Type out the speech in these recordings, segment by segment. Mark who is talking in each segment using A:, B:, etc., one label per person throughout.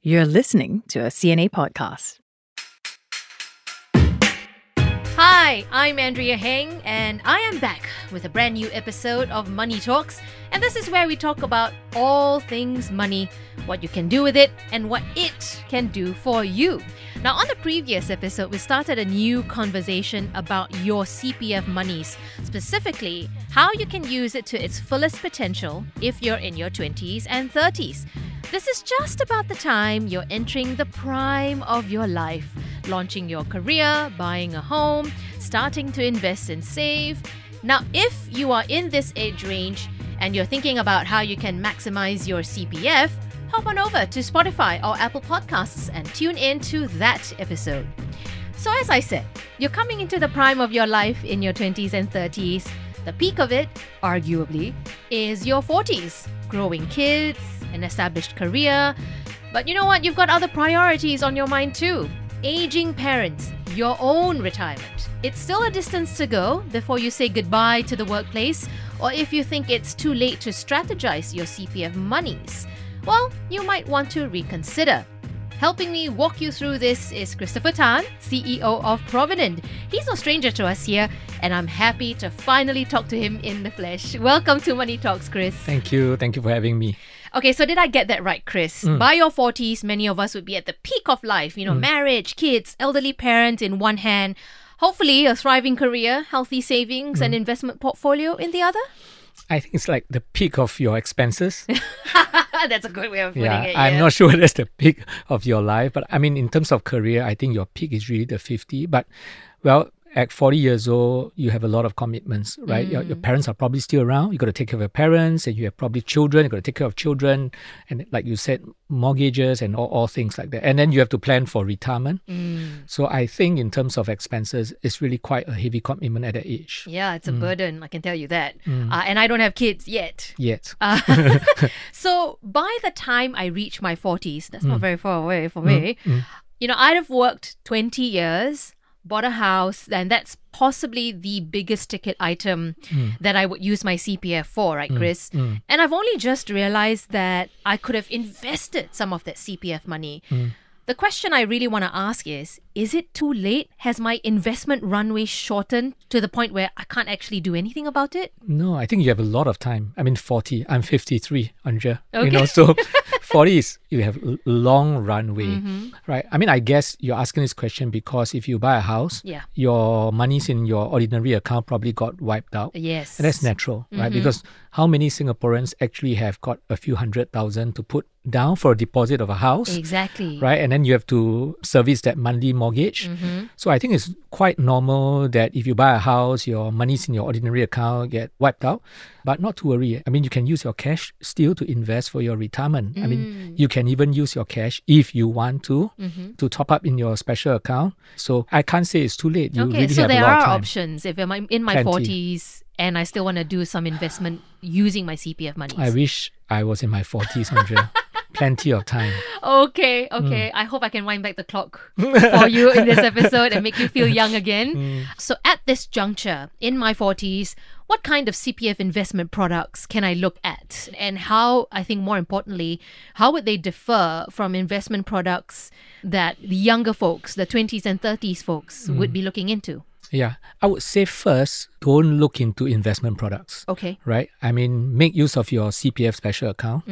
A: You're listening to a CNA podcast.
B: Hi, I'm Andrea Heng, and I am back with a brand new episode of Money Talks. And this is where we talk about all things money, what you can do with it, and what it can do for you. Now, on the previous episode, we started a new conversation about your CPF monies, specifically how you can use it to its fullest potential if you're in your 20s and 30s. This is just about the time you're entering the prime of your life, launching your career, buying a home, starting to invest and save. Now, if you are in this age range and you're thinking about how you can maximize your CPF, hop on over to Spotify or Apple Podcasts and tune in to that episode. So, as I said, you're coming into the prime of your life in your 20s and 30s. The peak of it, arguably, is your 40s, growing kids, an established career. But you know what? You've got other priorities on your mind too aging parents, your own retirement. It's still a distance to go before you say goodbye to the workplace, or if you think it's too late to strategize your CPF monies. Well, you might want to reconsider. Helping me walk you through this is Christopher Tan, CEO of Provident. He's no stranger to us here, and I'm happy to finally talk to him in the flesh. Welcome to Money Talks, Chris.
C: Thank you. Thank you for having me.
B: Okay, so did I get that right, Chris? By your 40s, many of us would be at the peak of life, you know, marriage, kids, elderly parent in one hand, hopefully a thriving career, healthy savings, and investment portfolio in the other.
C: I think it's like the peak of your expenses.
B: That's a good way of putting
C: yeah,
B: it.
C: I'm
B: yeah.
C: not sure that's the peak of your life, but I mean, in terms of career, I think your peak is really the 50. But well, at 40 years old, you have a lot of commitments, right? Your, your parents are probably still around. You got to take care of your parents, and you have probably children. You got to take care of children, and like you said, mortgages and all, all things like that. And then you have to plan for retirement. So I think in terms of expenses, it's really quite a heavy commitment at that age.
B: Yeah, it's a Mm. burden, I can tell you that. Uh, and I don't have kids yet.
C: Yes.
B: So by the time I reach my 40s, that's not very far away for me, you know, I'd have worked 20 years, bought a house, and that's possibly the biggest ticket item that I would use my CPF for, right, Chris? And I've only just realized that I could have invested some of that CPF money. The question I really want to ask is Is it too late? Has my investment runway shortened to the point where I can't actually do anything about it?
C: No, I think you have a lot of time. I mean, 40. I'm 53, Anja. You know, so 40 is you have a long runway,
B: Mm-hmm.
C: right? I mean, I guess you're asking this question because if you buy a house,
B: Yeah.
C: your money's in your ordinary account probably got wiped out.
B: Yes. Mm-hmm.
C: And that's natural, right? Because how many Singaporeans actually have got a few hundred thousand to put down for a deposit of a house?
B: Exactly.
C: Mm-hmm. right? And then you have to service that monthly mortgage.
B: Mm-hmm.
C: So I think it's quite normal that if you buy a house, your money's in your ordinary account get wiped out. But not to worry. I mean, you can use your cash still to invest for your retirement. I
B: Mm.
C: mean, you can even use your cash if you want to
B: Mm-hmm.
C: to top up in your special account. So I can't say it's too late. You
B: okay,
C: really
B: so
C: have
B: there
C: a lot of
B: are
C: time.
B: options if I'm in my
C: Plenty.
B: 40s and I still want to do some investment using my CPF money.
C: I wish I was in my forties, Andrea. Plenty of time.
B: Okay,
C: Mm.
B: okay. I hope I can wind back the clock for you in this episode and make you feel young again.
C: Mm.
B: So, at this juncture, in my 40s, what kind of CPF investment products can I look at? And how, I think more importantly, how would they differ from investment products that the younger folks, the 20s and 30s folks,
C: Mm.
B: would be looking into?
C: Yeah. I would say first, don't look into investment products.
B: Okay.
C: right? I mean, make use of your CPF special account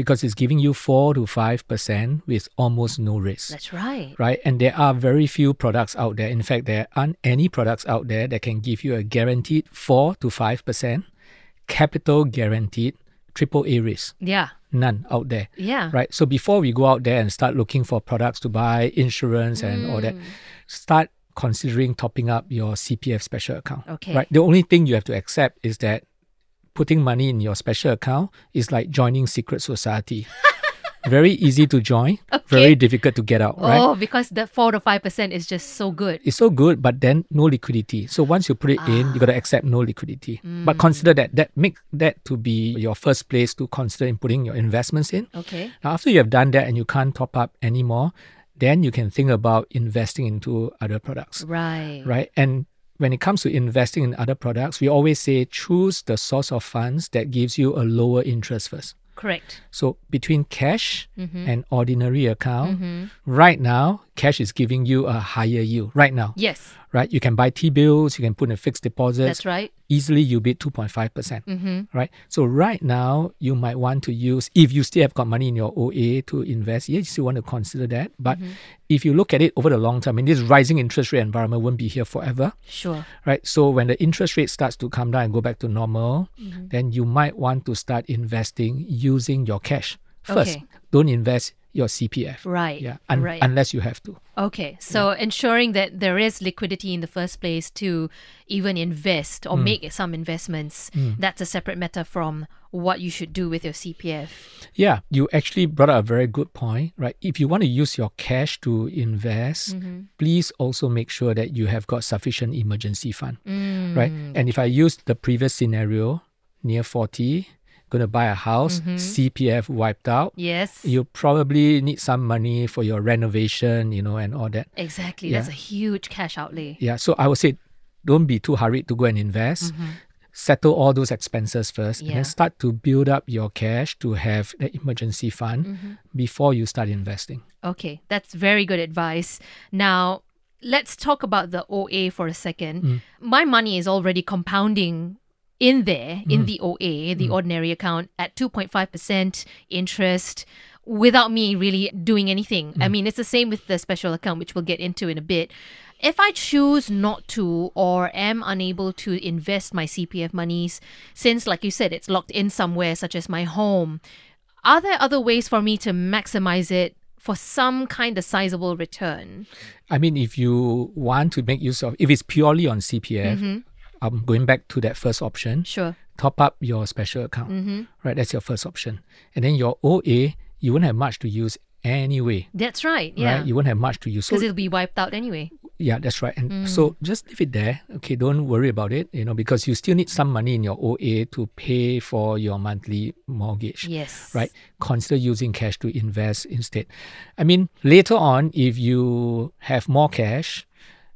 C: because it's giving you 4 to 5% with almost no risk,
B: That's right.
C: right? And there are very few products out there. In fact, there aren't any products out there that can give you a guaranteed 4 to 5% capital guaranteed triple A risk.
B: Yeah.
C: None out there.
B: Yeah.
C: Right. So before we go out there and start looking for products to buy, insurance and all
B: Mm.
C: that, start considering topping up your CPF special account.
B: Okay.
C: Right. The only thing you have to accept is that putting money in your special account is like joining secret society. very easy to join, very difficult to get out, right?
B: Oh, because the 4 to 5% is just so good.
C: It's so good, but then no liquidity. So once you put it in, you gotta
B: Ah.
C: accept no liquidity.
B: Mm.
C: But consider that that make that to be your first place to consider in putting your investments in.
B: Okay.
C: Now, after you have done that and you can't top up anymore, then you can think about investing into other products,
B: Right.
C: right? And when it comes to investing in other products, we always say choose the source of funds that gives you a lower interest first.
B: Correct.
C: So between cash and ordinary account, right now, cash is giving you a higher yield. Right now,
B: Yes.
C: right? You can buy T bills, you can put in fixed deposits.
B: That's right.
C: Easily you beat 2.5%. percent
B: Mm-hmm.
C: Right? So right now you might want to use if you still have got money in your OA to invest, yeah, you still want to consider that. But
B: Mm-hmm.
C: if you look at it over the long term, I mean this rising interest rate environment won't be here forever.
B: Sure.
C: Right. So when the interest rate starts to come down and go back to normal,
B: Mm-hmm.
C: then you might want to start investing using your cash. First,
B: Okay.
C: don't invest your CPF.
B: Right.
C: Yeah. un-
B: right.
C: Unless you have to.
B: Okay, so ensuring that there is liquidity in the first place to even invest
C: Mm.
B: or make some investments, that's a separate matter from what you should do with your CPF.
C: Yeah, you actually brought up a very good point, right? If you want to use your cash to invest, please also make sure that you have got sufficient emergency fund, right? And if I use the previous scenario, near 40, going to buy a house, CPF wiped out,
B: Yes.
C: you probably need some money for your renovation, you know, and all that.
B: exactly. That's a huge cash outlay.
C: Yeah, so I would say don't be too hurried to go and invest. Settle all those expenses first and
B: Mm-hmm. Yeah.
C: then start to build up your cash to have the emergency fund
B: Mm-hmm.
C: before you start investing.
B: Okay, that's very good advice. Now, let's talk about the OA for a second. My money is already compounding in there, in the OA, the ordinary account, at 2.5% interest without me really doing anything. I mean, it's the same with the special account, which we'll get into in a bit. If I choose not to or am unable to invest my CPF monies, since, like you said, it's locked in somewhere, such as my home, are there other ways for me to maximize it for some kind of sizable return?
C: I mean, if you want to make use of, if it's purely on CPF,
B: Mm-hmm.
C: I'm going back to that first option.
B: Sure.
C: Top up your special account,
B: Mm-hmm.
C: right? That's your first option, and then your OA, you won't have much to use anyway,
B: That's right. Yeah.
C: right? You won't have much to use. So
B: Because it'll be wiped out anyway.
C: yeah, that's right. And
B: Mm.
C: so just leave it there. Okay, don't worry about it. You know, because you still need some money in your OA to pay for your monthly mortgage
B: Yes.
C: right? Consider using cash to invest instead. I mean, later on, if you have more cash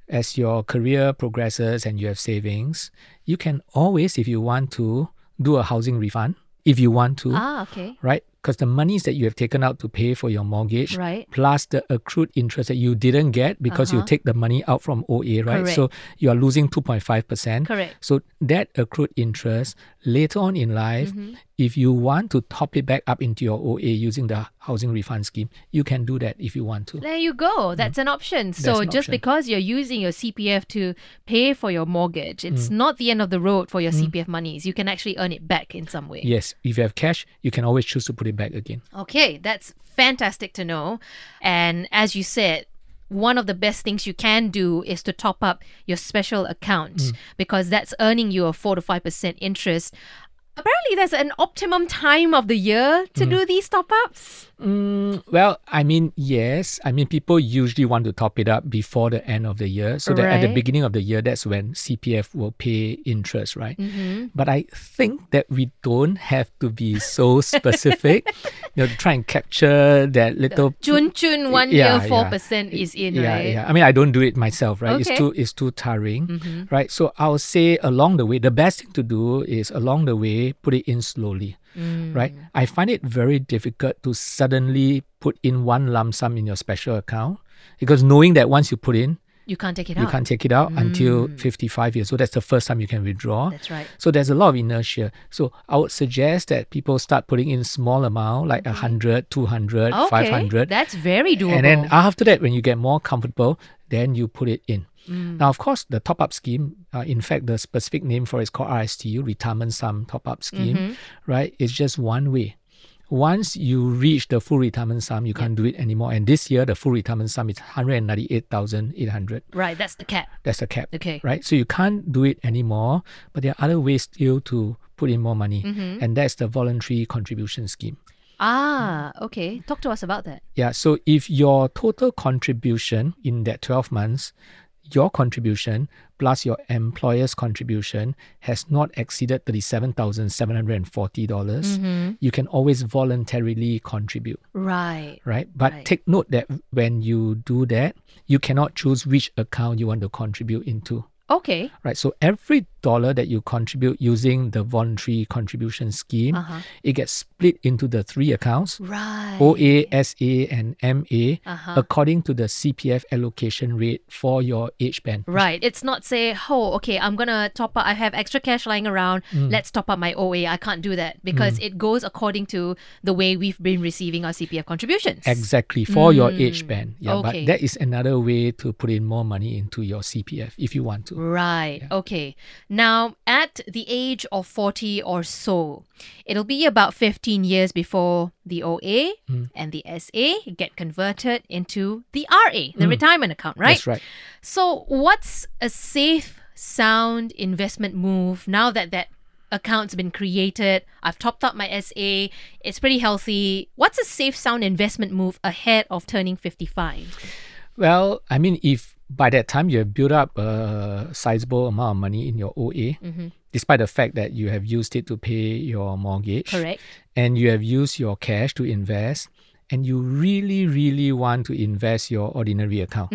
C: as your career progresses and you have savings, you can always, if you want to, do a housing refund if you want to,
B: Ah, okay.
C: right? Because the monies that you have taken out to pay for your mortgage,
B: Right.
C: plus the accrued interest that you didn't get because you take the money out from OA, right?
B: Uh-huh. Correct.
C: So you are losing 2.5%.
B: Correct.
C: So that accrued interest later on in life,
B: Mm-hmm.
C: if you want to top it back up into your OA using the housing refund scheme, you can do that if you want to.
B: There you go. That's an option. So
C: Mm-hmm. an
B: just
C: option.
B: because you're using your CPF to pay for your mortgage, it's
C: Mm.
B: not the end of the road for your
C: Mm-hmm.
B: CPF monies. You can actually earn it back in some way.
C: Yes, if you have cash, you can always choose to put it back again.
B: Okay, that's fantastic to know. And as you said, one of the best things you can do is to top up your special account
C: Mm.
B: because that's earning you a 4 to 5% interest. Apparently, there's an optimum time of the year to do these top ups.
C: Mm, well, I mean, yes. I mean, people usually want to top it up before the end of the year, so that at the
B: Right.
C: beginning of the year, that's when CPF will pay interest, right? But I think that we don't have to be so specific. you know, to try and capture that little
B: Chun chun, one
C: Yeah,
B: year,
C: yeah.
B: 4% is in,
C: yeah,
B: right?
C: yeah. I mean, I don't do it myself, right?
B: Okay. Mm-hmm.
C: It's too it's too tiring, right? So I'll say along the way, the best thing to do is along the way put it in slowly,
B: Mm.
C: right? I find it very difficult to suddenly put in one lump sum in your special account because knowing that once you put in,
B: You can't take it
C: you
B: out.
C: can't take it out until 55 years. So that's the first time you can withdraw.
B: Mm. That's right.
C: So there's a lot of inertia. So I would suggest that people start putting in small amount like a 100, 200,
B: Mm-hmm. Okay,
C: 500
B: that's very doable.
C: and then after that, when you get more comfortable, then you put it in.
B: Mm.
C: Now, of course, the top up scheme, uh, in fact, the specific name for it is called RSTU, Retirement Sum Top Up Scheme,
B: Mm-hmm.
C: right? It's just one way. Once you reach the full retirement sum, you can't do it anymore. And this year, the full retirement sum is 198,800.
B: right, that's the cap.
C: That's the cap.
B: Okay.
C: Right? So you can't do it anymore, but there are other ways still to put in more money.
B: Mm-hmm.
C: And that's the voluntary contribution scheme.
B: Ah, okay. Talk to us about that.
C: Yeah, so if your total contribution in that 12 months, your contribution plus your employer's contribution has not exceeded $37,740, dollars
B: Mm-hmm.
C: you can always voluntarily contribute,
B: Right.
C: right? But
B: Right.
C: take note that when you do that, you cannot choose which account you want to contribute into,
B: Okay.
C: right? So every dollar that you contribute using the voluntary contribution scheme,
B: Uh-huh.
C: it gets split into the three accounts
B: Right.
C: OA, SA, and MA
B: Uh-huh.
C: according to the CPF allocation rate for your age band.
B: Right. It's not say, oh, okay, I'm gonna top up. I have extra cash lying around. Let's top up my OA. I can't do that because it goes according to the way we've been receiving our CPF contributions.
C: Exactly for your age band. Yeah,
B: Hmm. Okay.
C: but that is another way to put in more money into your CPF if you want to.
B: Right. Okay. Now, at the age of 40 or so, it'll be about 15 years before the OA and the SA get converted into the RA, the retirement account, right?
C: That's right.
B: So, what's a safe, sound investment move now that that account's been created? I've topped up my SA, it's pretty healthy. What's a safe, sound investment move ahead of turning 55?
C: Well, I mean, if by that time you have built up a sizable amount of money in your OA,
B: Mm-hmm.
C: despite the fact that you have used it to pay your mortgage,
B: Correct.
C: and you have used your cash to invest, and you really, really want to invest your ordinary account,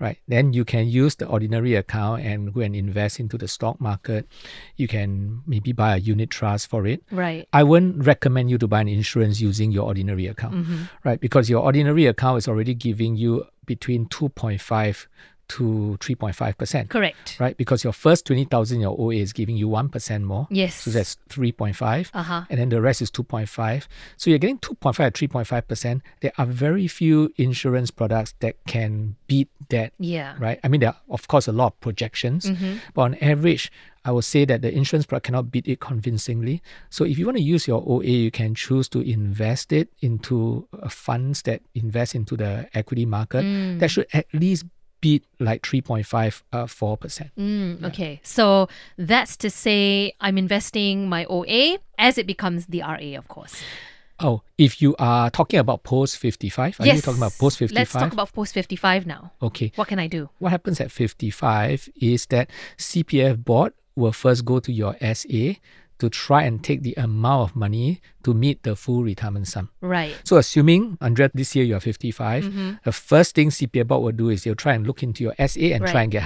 C: right? Then you can use the ordinary account and go and invest into the stock market. You can maybe buy a unit trust for it.
B: Right.
C: I wouldn't recommend you to buy an insurance using your ordinary account, right? Because your ordinary account is already giving you between 2.5 to 3.5%,
B: Correct.
C: right? Because your first 20,000 in your OA is giving you 1% more.
B: Yes.
C: So that's 3.5.
B: Uh-huh.
C: And then the rest is 2.5. So you're getting 2.5 at 3.5%. There are very few insurance products that can beat that
B: Yeah.
C: right? I mean, there are, of course, a lot of projections,
B: Mm-hmm.
C: but on average, I would say that the insurance product cannot beat it convincingly. So, if you want to use your OA, you can choose to invest it into uh, funds that invest into the equity market.
B: Mm.
C: That should at least beat like 3.5 uh, 4%.
B: Mm, okay. So that's to say I'm investing my OA as it becomes the RA, of course.
C: Oh, if you are talking about post 55, are you talking about post 55?
B: Let's talk about post 55 now.
C: Okay.
B: What can I do?
C: what happens at 55 is that CPF board will first go to your SA to try and take the amount of money to meet the full retirement sum.
B: Right.
C: So assuming, Andrea, this year you're 55,
B: Mm-hmm.
C: the first thing CPF board will do is they'll try and look into your SA and
B: Right.
C: try and get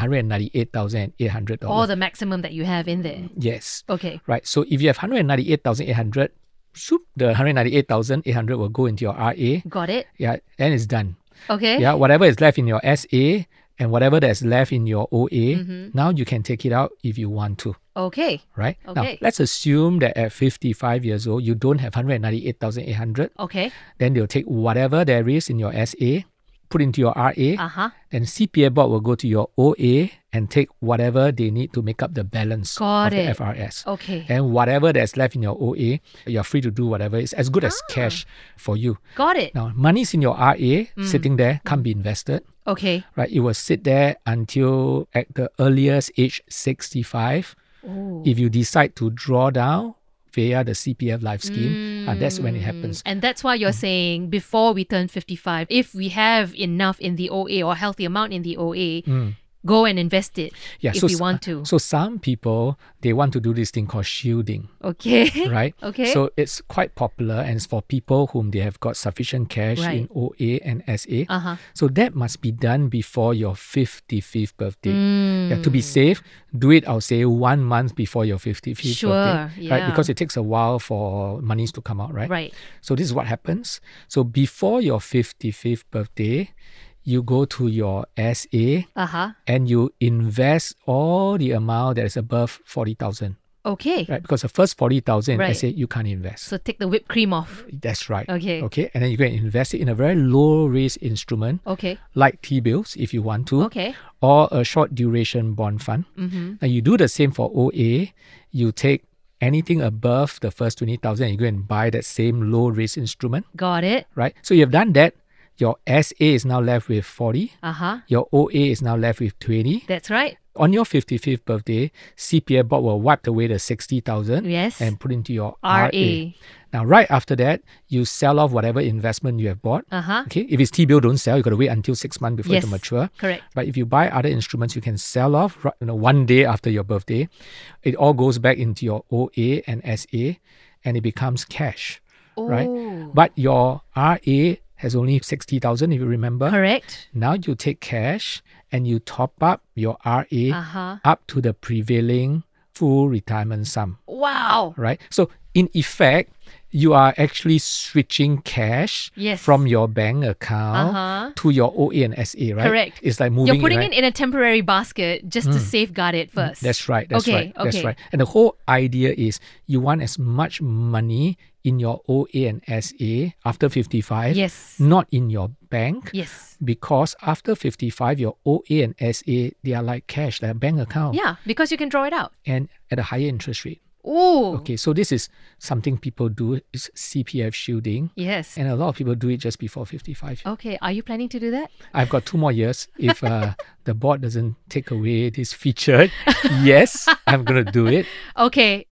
C: $198,800.
B: All the maximum that you have in there.
C: yes.
B: Okay.
C: Right. So if you have 198,800, shoop, the 198,800 will go into your RA.
B: Got it.
C: Yeah, then it's done.
B: Okay.
C: Yeah, whatever is left in your SA and whatever that's left in your OA,
B: Mm-hmm.
C: now you can take it out if you want to,
B: Okay.
C: right? Now,
B: Okay.
C: let's assume that at 55 years old, you don't have 198,800.
B: Okay.
C: Then they'll take whatever there is in your SA, put into your RA,
B: Uh huh.
C: then CPA board will go to your OA and take whatever they need to make up the balance
B: Got
C: of
B: it.
C: the FRS.
B: Okay.
C: And whatever that's left in your OA, you're free to do whatever. It's as good as
B: Ah.
C: cash for you.
B: Got it.
C: Now, money's in your RA,
B: Mm.
C: sitting there, can't be invested
B: Okay.
C: right? It will sit there until at the earliest age 65.
B: Oh.
C: If you decide to draw down via the CPF life scheme,
B: Hmm.
C: uh, that's when it happens.
B: Mm.
C: Mm.
B: And that's why you're saying before we turn 55, if we have enough in the OA or healthy amount in the OA, go and invest it
C: Mm. Yeah,
B: if
C: so
B: we
C: s- uh,
B: want to.
C: So some people they want to do this thing called shielding,
B: okay.
C: right?
B: Okay.
C: So it's quite popular and it's for people whom they have got sufficient cash in OA and SA.
B: Uh huh.
C: So that must be done before your 55th birthday. Yeah,
B: Mm.
C: to be safe, do it, I'll say, one month before your 55th
B: Sure,
C: birthday.
B: yeah.
C: Right? Because it takes a while for monies to come out, right?
B: Right.
C: So this is what happens. So before your 55th birthday, you go to your SA
B: Uh huh.
C: and you invest all the amount that is above 40,000,
B: Okay.
C: right? Because the first 40,000 in
B: Right.
C: SA, you can't invest.
B: So take the whipped cream off.
C: That's right.
B: Okay.
C: Okay. And then you can invest it in a very low risk instrument
B: Okay.
C: like T bills if you want to
B: Okay. Mm-hmm.
C: or a short duration bond fund. Now you do the same for OA. You take anything above the first 20,000 and you go and buy that same low risk instrument,
B: Got it.
C: right? So you've done that. Your SA is now left with 40.
B: Uh huh.
C: Your OA is now left with 20.
B: That's right.
C: On your 55th birthday, CPF board will wipe away the 60,000
B: Yes.
C: and put into your
B: RA.
C: RA. Now, right after that, you sell off whatever investment you have bought.
B: Uh huh.
C: Okay, if it's T-bill, don't sell. You got to wait until six months before
B: Yes.
C: it to mature.
B: Correct.
C: But if you buy other instruments, you can sell off right, you know, one day after your birthday. It all goes back into your OA and SA, and it becomes cash, right?
B: Oh.
C: But your RA has only sixty thousand, if you remember.
B: Correct.
C: Now you take cash and you top up your RA
B: Uh huh.
C: up to the prevailing full retirement sum,
B: Wow.
C: right? So in effect, you are actually switching cash
B: Yes.
C: from your bank account
B: Uh-huh.
C: to your OA and SA, right?
B: Correct.
C: It's like moving
B: You're putting
C: right? Hmm.
B: it in a temporary basket just to safeguard it first.
C: That's right. That's
B: Okay,
C: right. That's
B: okay.
C: right. And the whole idea is you want as much money in your OA and SA after 55,
B: Yes.
C: not in your bank.
B: Yes.
C: Because after 55, your OA and SA, they are like cash, they're bank account,
B: Yeah, because you can draw it out.
C: and at a higher interest rate.
B: Ooh.
C: Okay, so this is something people do, is CPF shielding.
B: Yes.
C: And a lot of people do it just before 55.
B: Okay. Are you planning to do that?
C: I've got two more years. If uh, the board doesn't take away this feature, yes, I'm going to do it.
B: Okay.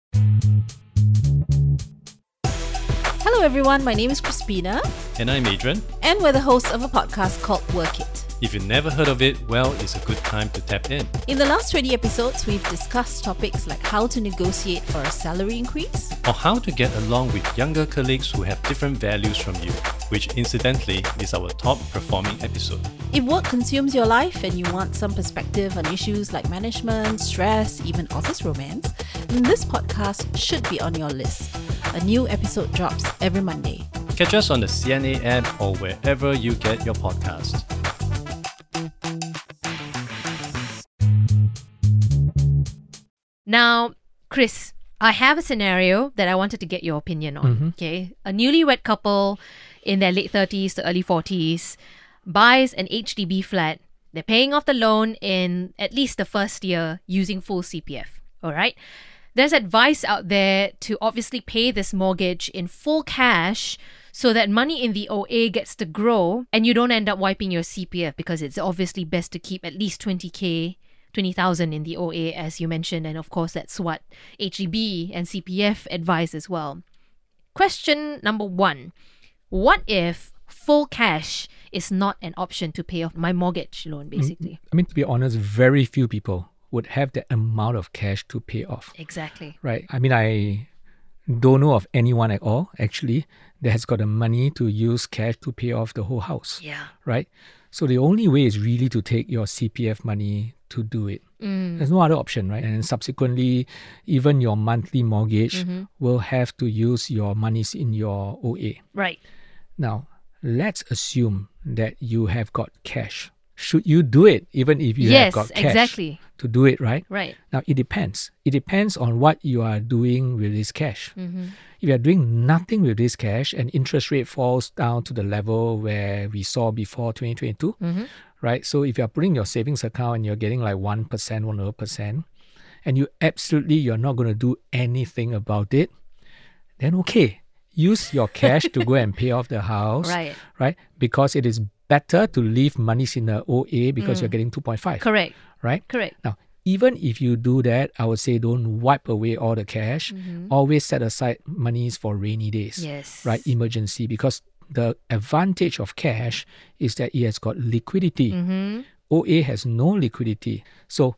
D: Hello, everyone. My name is Crispina,
E: And I'm Adrian.
D: and we're the hosts of a podcast called Work It.
E: If you've never heard of it, well, it's a good time to tap in.
D: In the last 20 episodes, we've discussed topics like how to negotiate for a salary increase,
E: Or how to get along with younger colleagues who have different values from you, which incidentally is our top performing episode.
D: if work consumes your life and you want some perspective on issues like management, stress, even office romance, then this podcast should be on your list. A new episode drops every Monday.
E: Catch us on the CNA app or wherever you get your podcast.
B: Now, Chris, I have a scenario that I wanted to get your opinion on. Okay. A newlywed couple in their late 30s to early 40s buys an HDB flat. They're paying off the loan in at least the first year using full CPF. All right. There's advice out there to obviously pay this mortgage in full cash so that money in the OA gets to grow and you don't end up wiping your CPF because it's obviously best to keep at least 20K 20,000 in the OA, as you mentioned, and of course, that's what HDB and CPF advise as well. Question number one What if full cash is not an option to pay off my mortgage loan, basically?
C: I mean, to be honest, very few people would have that amount of cash to pay off,
B: Mm-hmm. Exactly.
C: right? I mean, I don't know of anyone at all, actually, that has got the money to use cash to pay off the whole house,
B: Yeah.
C: right? So the only way is really to take your CPF money to do it. There's no other option, right? And then subsequently, even your monthly mortgage will have to use your monies in your OA.
B: Right.
C: Now, let's assume that you have got cash. Should you do it even if you
B: yes,
C: have got cash
B: exactly.
C: to do it, right?
B: Right.
C: Now, it depends. It depends on what you are doing with this cash. If you are doing nothing with this cash and interest rate falls down to the level where we saw before 2022, right? So if you are putting your savings account and you're getting like 1%, 1.0%, and you absolutely, you're not going to do anything about it, then okay, use your cash to go and pay off the house,
B: Right.
C: Right? Because it is better to leave monies in the OA because you're getting 2.5,
B: Correct.
C: right?
B: Correct.
C: Now, even if you do that, I would say don't wipe away all the cash. Always set aside monies for rainy days,
B: Yes.
C: right? Emergency, because the advantage of cash is that it has got liquidity. OA has no liquidity. So,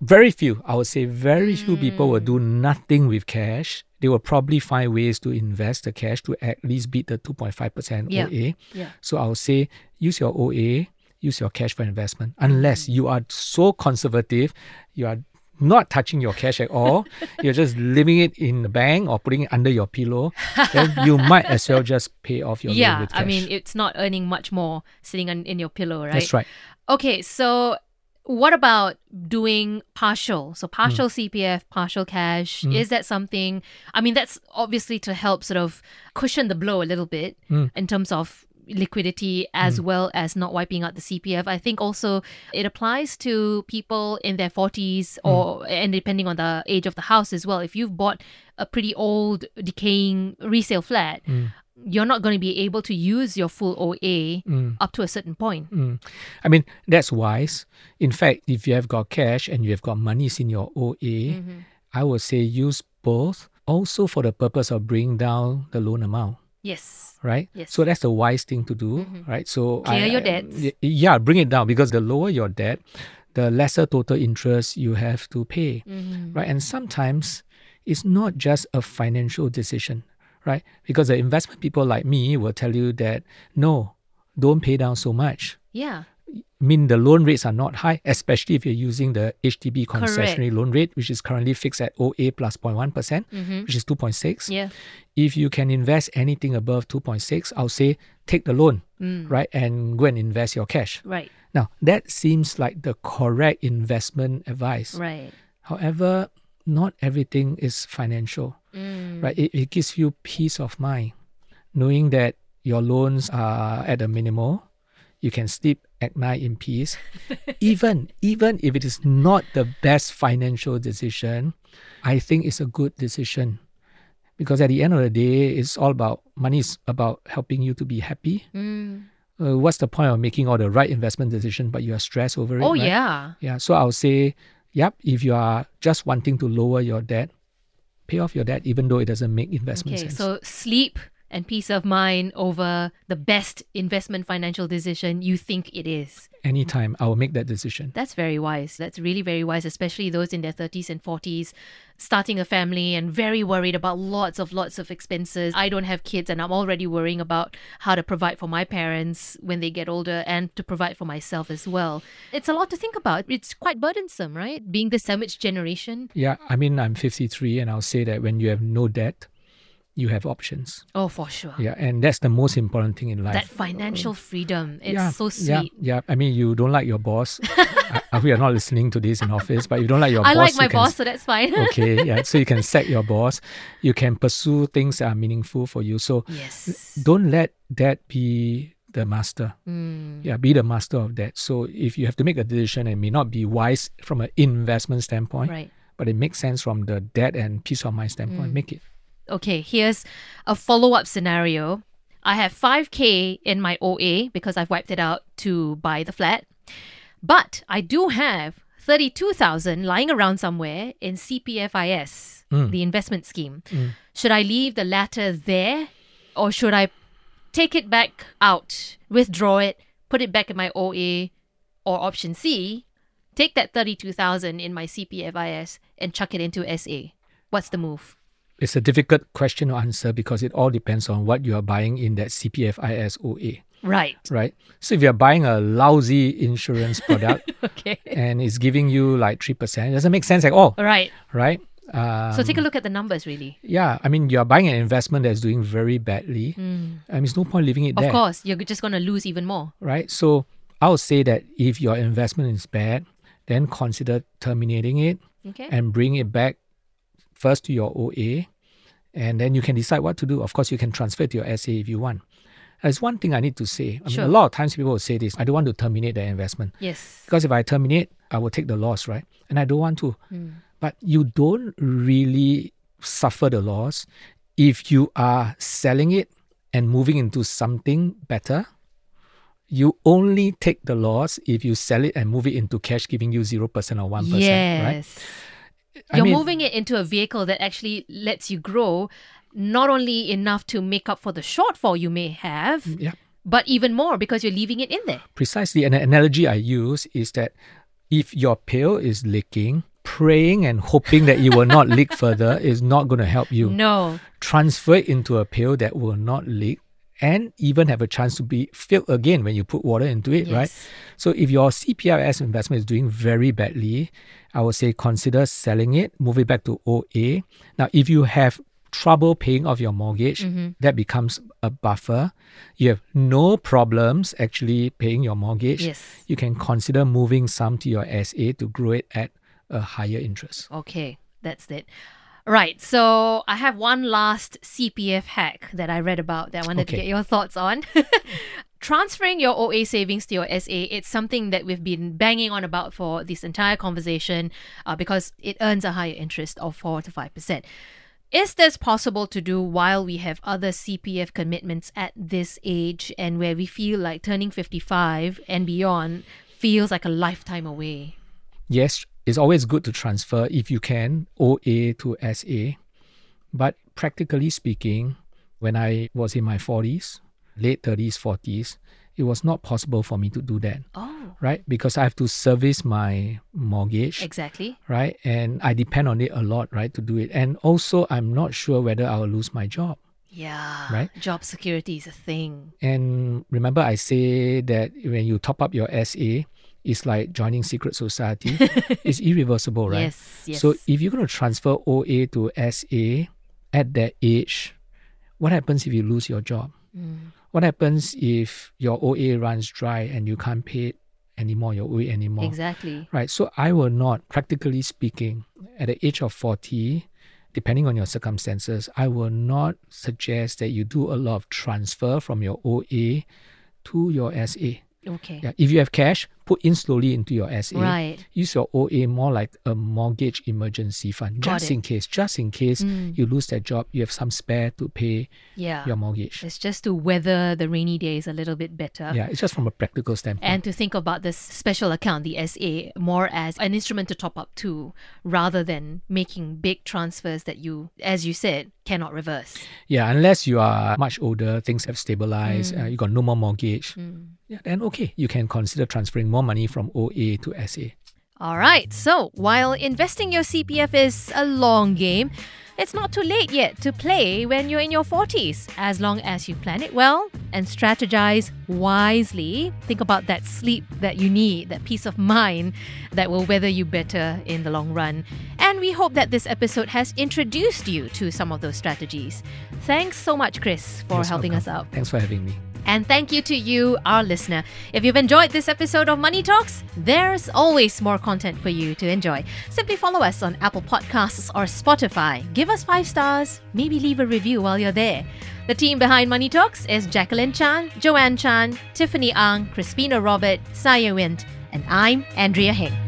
C: very few, I would say, very few people will do
B: Mm.
C: nothing with cash. They will probably find ways to invest the cash to at least beat the 2.5%
B: Yeah.
C: OA.
B: Yeah.
C: So I would say use your OA, use your cash for investment, unless
B: Mm.
C: you are so conservative, you are not touching your cash at all, you're just leaving it in the bank or putting it under your pillow, then you might as well just pay off your loan
B: Yeah.
C: with cash.
B: I mean, it's not earning much more sitting on, in your pillow, right?
C: That's right.
B: Okay, so what about doing partial? So partial CPF, partial cash. Is that something? I mean, that's obviously to help sort of cushion the blow a little bit in terms of liquidity as well as not wiping out the CPF. I think also it applies to people in their 40s or and depending on the age of the house as well. If you've bought a pretty old decaying resale flat, you're not going to be able to use your full
C: Mm.
B: OA up to a certain point.
C: I mean, that's wise. In fact, if you have got cash and you have got monies in your OA,
B: Mm-hmm.
C: I would say use both also for the purpose of bringing down the loan amount.
B: Yes.
C: right?
B: Yes. Mm-hmm.
C: So that's the wise thing to do, right? So
B: Clear your debts.
C: y- yeah, bring it down because the lower your debt, the lesser total interest you have to pay,
B: Mm-hmm.
C: right? And sometimes it's not just a financial decision, right? Because the investment people like me will tell you that no, don't pay down so much.
B: Yeah.
C: mean the loan rates are not high, especially if you're using the HDB concessionary loan rate, which is currently fixed at OA plus 0.1%, percent which is 2.6.
B: Yeah.
C: If you can invest anything above 2.6, I'll say take the loan, right, and go and invest your cash.
B: Right.
C: Now, that seems like the correct investment advice.
B: Right.
C: However, not everything is financial,
B: Mm.
C: right? It, it gives you peace of mind knowing that your loans are at a minimal. You can sleep at night in peace, even even if it is not the best financial decision. I think it's a good decision because at the end of the day, it's all about money is about helping you to be happy.
B: Mm.
C: Uh, what's the point of making all the right investment decision, but you are stressed over it?
B: Oh
C: right?
B: yeah.
C: Yeah, so I'll say, yep, if you are just wanting to lower your debt, pay off your debt even though it doesn't make investment
B: Okay.
C: sense.
B: So sleep and peace of mind over the best investment financial decision you think it is.
C: Anytime I will make that decision.
B: That's very wise. That's really very wise, especially those in their 30s and 40s, starting a family and very worried about lots of lots of expenses. I don't have kids and I'm already worrying about how to provide for my parents when they get older and to provide for myself as well. It's a lot to think about. It's quite burdensome, right? Being the sandwich generation.
C: Yeah, I mean, I'm 53 and I'll say that when you have no debt, you have options.
B: Oh, for sure.
C: Yeah, and that's the most important thing in life.
B: That financial freedom. It's
C: um, yeah,
B: so sweet.
C: Yeah, yeah, I mean, you don't like your boss. I, we are not listening to this in office, but you don't like your
B: I
C: boss.
B: like my
C: you can-
B: boss, so that's fine.
C: okay, yeah. So you can sack your boss. You can pursue things that are meaningful for you. So
B: yes.
C: don't let that be the master.
B: Mm.
C: Yeah, be the master of that. So if you have to make a decision, it may not be wise from an investment standpoint,
B: Right. Mm.
C: but it makes sense from the debt and peace of mind standpoint. Make it.
B: okay, here's a follow up scenario. I have 5K in my OA because I've wiped it out to buy the flat. But I do have 32,000 lying around somewhere in CPFIS, the investment scheme. Should I leave the latter there or should I take it back out, withdraw it, put it back in my OA or option C, take that 32,000 in my CPFIS and chuck it into SA? What's the move?
C: It's a difficult question to answer because it all depends on what you are buying in that CPFISOA,
B: Right.
C: right? So if you're buying a lousy insurance product
B: Okay.
C: and it's giving you like 3%, it doesn't make sense at all,
B: All right.
C: right? Um,
B: So take a look at the numbers, really.
C: yeah, I mean, you're buying an investment that's doing very badly. I mean, it's no point leaving it
B: Mm. Of
C: there.
B: course, you're just going to lose even more.
C: right? So I would say that if your investment is bad, then consider terminating it
B: Okay.
C: and bring it back first to your OA, and then you can decide what to do. Of course, you can transfer to your SA if you want. There's one thing I need to say. I
B: Sure.
C: mean, a lot of times people will say this: I don't want to terminate the investment
B: yes.
C: because if I terminate, I will take the loss, right? And I don't want to. But you don't really suffer the loss if you are selling it and moving into something better. You only take the loss if you sell it and move it into cash, giving you 0% or 1%, right?
B: Yes.
C: I
B: You're
C: mean-
B: moving it into a vehicle that actually lets you grow, not only enough to make up for the shortfall you may have,
C: Yeah.
B: but even more because you're leaving it in there.
C: Precisely. And an analogy I use is that if your pail is leaking, praying and hoping that it will not leak further is not going to help you.
B: No.
C: transfer it into a pail that will not leak and even have a chance to be filled again when you put water into it, right?
B: Yes.
C: So if your CPRS investment is doing very badly, I would say consider selling it, move it back to OA. Now, if you have trouble paying off your mortgage,
B: Mm-hmm.
C: that becomes a buffer. You have no problems actually paying your mortgage.
B: Yes.
C: You can consider moving some to your SA to grow it at a higher interest.
B: Okay, that's it. Right, so I have one last CPF hack that I read about that I wanted to
C: Okay.
B: get your thoughts on. Transferring your OA savings to your SA, it's something that we've been banging on about for this entire conversation uh, because it earns a higher interest of 4 to 5%. Is this possible to do while we have other CPF commitments at this age and where we feel like turning 55 and beyond feels like a lifetime away?
C: yes, it's always good to transfer if you can OA to SA. But practically speaking, when I was in my 40s, late 30s, 40s, it was not possible for me to do that,
B: Oh,
C: right? Because I have to service my mortgage,
B: exactly.
C: right? And I depend on it a lot, right, to do it. And also, I'm not sure whether I'll lose my job.
B: Yeah.
C: Right?
B: Job security is a thing.
C: And remember, I say that when you top up your SA, is like joining secret society. it's irreversible, right?
B: Yes, yes.
C: So if you're going to transfer OA to SA at that age, what happens if you lose your job?
B: Mm.
C: What happens if your OA runs dry and you can't pay anymore your OA anymore?
B: exactly.
C: Right. So I will not, practically speaking, at the age of 40, depending on your circumstances, I will not suggest that you do a lot of transfer from your OA to your SA.
B: Okay.
C: Yeah, if you have cash, put in slowly into your SA.
B: Right.
C: Use your OA more like a mortgage emergency fund,
B: Got
C: just
B: it. Mm.
C: in case. Just in case you lose that job, you have some spare to pay
B: Yeah.
C: your mortgage.
B: It's just to weather the rainy days a little bit better.
C: Yeah, it's just from a practical standpoint.
B: And to think about this special account, the SA, more as an instrument to top up to rather than making big transfers that you, as you said, cannot reverse.
C: yeah, unless you are much older, things have
B: Hmm.
C: stabilized, uh, you got no more mortgage, yeah, then okay, you can consider transferring more money from OA to SA.
B: All right, so while investing your CPF is a long game, it's not too late yet to play when you're in your 40s, as long as you plan it well and strategize wisely. Think about that sleep that you need, that peace of mind that will weather you better in the long run. And we hope that this episode has introduced you to some of those strategies. Thanks so much, Chris, for
C: Yes,
B: helping us
C: welcome.
B: out.
C: Thanks for having me.
B: And thank you to you, our listener. If you've enjoyed this episode of Money Talks, there's always more content for you to enjoy. Simply follow us on Apple Podcasts or Spotify. Give us five stars, maybe leave a review while you're there. The team behind Money Talks is Jacqueline Chan, Joanne Chan, Tiffany Ang, Crispina Robert, Saya Wint, and I'm Andrea Heng.